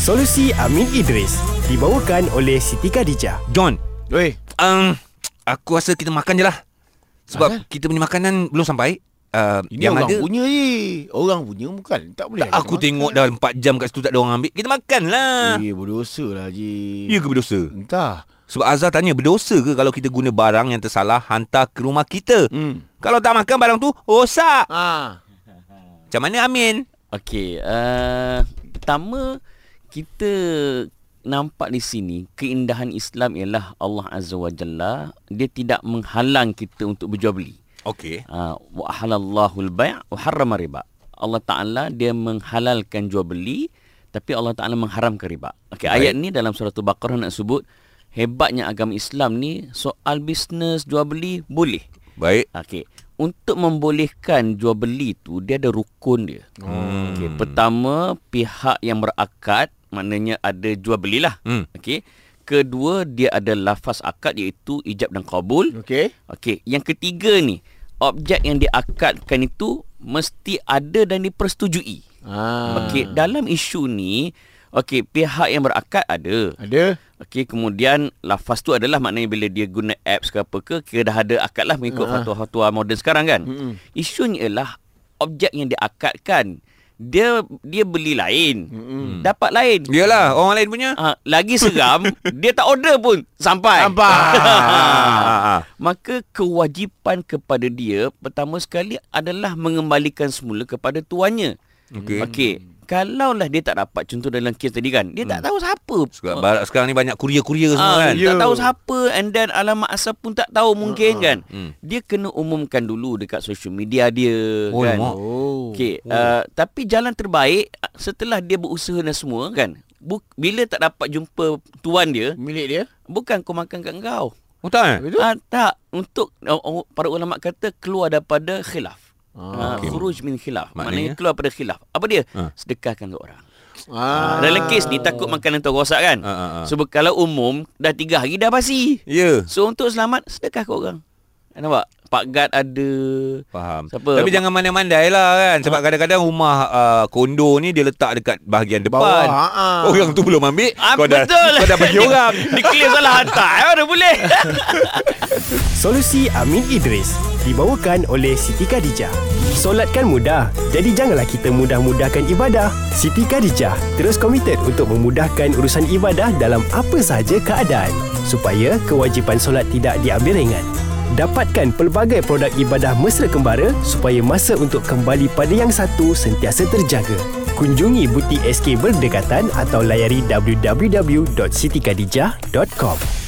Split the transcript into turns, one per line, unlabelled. Solusi Amin Idris dibawakan oleh Siti Khadijah.
John,
Weh,
um, aku rasa kita makan je lah. Sebab
Asal?
kita punya makanan belum sampai. Uh,
ini orang punya je. Orang punya bukan. Tak boleh. lah
aku
kita
tengok dah 4 jam kat situ tak ada orang ambil. Kita makan lah.
makan. Eh, berdosa lah Ji.
Ya ke berdosa?
Entah.
Sebab Azhar tanya, berdosa ke kalau kita guna barang yang tersalah hantar ke rumah kita?
Hmm.
Kalau tak makan barang tu, rosak.
Ah.
Macam mana Amin?
Okey, uh, pertama kita nampak di sini keindahan Islam ialah Allah Azza wa Jalla dia tidak menghalang kita untuk berjual beli.
Okey.
Uh, wa halallahu al-bai' wa harrama riba. Allah Taala dia menghalalkan jual beli tapi Allah Taala mengharamkan riba. Okey,
Baik.
ayat ni dalam surah Al-Baqarah nak sebut hebatnya agama Islam ni soal bisnes jual beli boleh.
Baik.
Okey. Untuk membolehkan jual beli tu dia ada rukun dia. Hmm. Okey, pertama pihak yang berakad maknanya ada jual belilah.
Hmm.
Okey. Kedua dia ada lafaz akad iaitu ijab dan qabul.
Okey.
Okey, yang ketiga ni objek yang diakadkan itu mesti ada dan dipersetujui.
Ah.
Okey, dalam isu ni okey pihak yang berakad ada.
Ada.
Okey, kemudian lafaz tu adalah maknanya bila dia guna apps ke apa ke, kira dah ada akad lah mengikut uh-huh. fatwa-fatwa moden sekarang kan. Uh-huh. Isunya ialah objek yang diakadkan, dia dia beli lain. Uh-huh. Dapat lain.
Yalah, orang lain punya.
Ha, lagi seram, dia tak order pun sampai.
Ah.
Maka kewajipan kepada dia pertama sekali adalah mengembalikan semula kepada tuannya.
Okey.
Okey, kalaulah dia tak dapat contoh dalam kes tadi kan, dia tak tahu siapa.
Sekarang, barat sekarang ni banyak kuria-kuria semua kan.
Ah,
ya.
Tak tahu siapa and then alamat asal pun tak tahu mungkin kan. Dia kena umumkan dulu dekat social media dia
Oh,
kan.
lemak.
Oh.
Okey, uh, tapi jalan terbaik ah, setelah dia berusaha dan semua kan. Bu- bila tak dapat jumpa tuan dia,
Milik dia.
bukan kau makan kat kau.
Oh tak eh?
Betul?
Ah, tak, untuk oh, oh, para ulama kata keluar daripada khilaf. Ah,
Okey.
Khuruj min khilaf.
Maknanya?
Maknanya, keluar daripada khilaf. Apa dia?
Ah.
Sedekahkan ke orang.
Ah.
Ah. Dalam kes ni takut makanan tu rosak kan.
Ah, ah, ah.
Sebab kalau umum dah tiga hari dah basi.
Ya.
So untuk selamat sedekah kat orang. Nampak? Pak Gad ada.
Faham.
Siapa? Ha.
Tapi jangan mandai-mandai lah kan. Sebab kadang-kadang rumah uh, kondo ni dia letak dekat bahagian depan.
Bawah, ha.
Orang tu belum ambil.
Ah,
kau dah,
betul.
Kau dah bagi orang.
Diklaim salah hantar. Eh, mana boleh.
Solusi Amin Idris dibawakan oleh Siti Khadijah. Solat kan mudah, jadi janganlah kita mudah-mudahkan ibadah. Siti Khadijah terus komited untuk memudahkan urusan ibadah dalam apa sahaja keadaan supaya kewajipan solat tidak diambil ringan. Dapatkan pelbagai produk ibadah mesra kembara supaya masa untuk kembali pada yang satu sentiasa terjaga. Kunjungi butik SK berdekatan atau layari www.sitikadijah.com.